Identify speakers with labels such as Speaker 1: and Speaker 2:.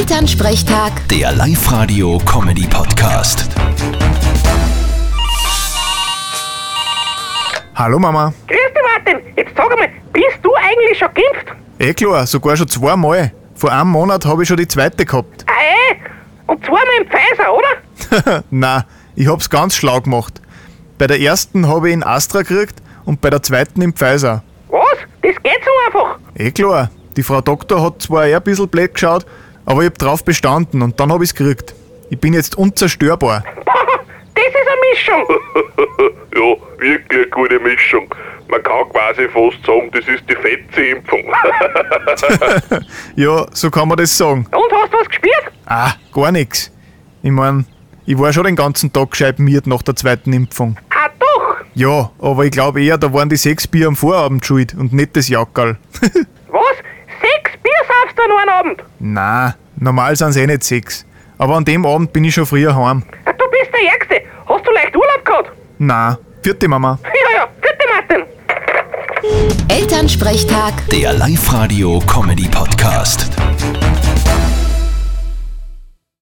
Speaker 1: Elternsprechtag,
Speaker 2: Der Live-Radio-Comedy-Podcast.
Speaker 3: Hallo Mama.
Speaker 4: Grüß dich, Martin. Jetzt sag einmal, bist du eigentlich schon geimpft?
Speaker 3: Eh klar, sogar schon zweimal. Vor einem Monat habe ich schon die zweite gehabt.
Speaker 4: Ah, eh. Und zweimal im Pfizer, oder?
Speaker 3: Na, ich hab's ganz schlau gemacht. Bei der ersten habe ich in Astra gekriegt und bei der zweiten im Pfizer.
Speaker 4: Was? Das geht so einfach.
Speaker 3: Eh klar, die Frau Doktor hat zwar eher ein bisschen blöd geschaut, aber ich hab drauf bestanden und dann habe ich's gekriegt. Ich bin jetzt unzerstörbar.
Speaker 4: Boah, das ist eine Mischung.
Speaker 5: ja, wirklich eine gute Mischung. Man kann quasi fast sagen, das ist die Fettze-Impfung.
Speaker 3: Ja, so kann man das sagen.
Speaker 4: Und hast du was gespürt?
Speaker 3: Ah, gar nix. Ich mein, ich war schon den ganzen Tag gescheit miert nach der zweiten Impfung.
Speaker 4: Ah, doch.
Speaker 3: Ja, aber ich glaube eher, da waren die sechs Bier am Vorabend schuld und nicht das Jackerl.
Speaker 4: Was? Sechs Bier saufst du an einem Abend?
Speaker 3: Na, normal sind es eh nicht sechs. Aber an dem Abend bin ich schon früher heim.
Speaker 4: Ah, Du bist der Ärgste. Hast du leicht Urlaub gehabt?
Speaker 3: Na, vierte Mama.
Speaker 4: Ja, ja. Bitte, Martin.
Speaker 1: Elternsprechtag.
Speaker 2: Der Live-Radio-Comedy-Podcast.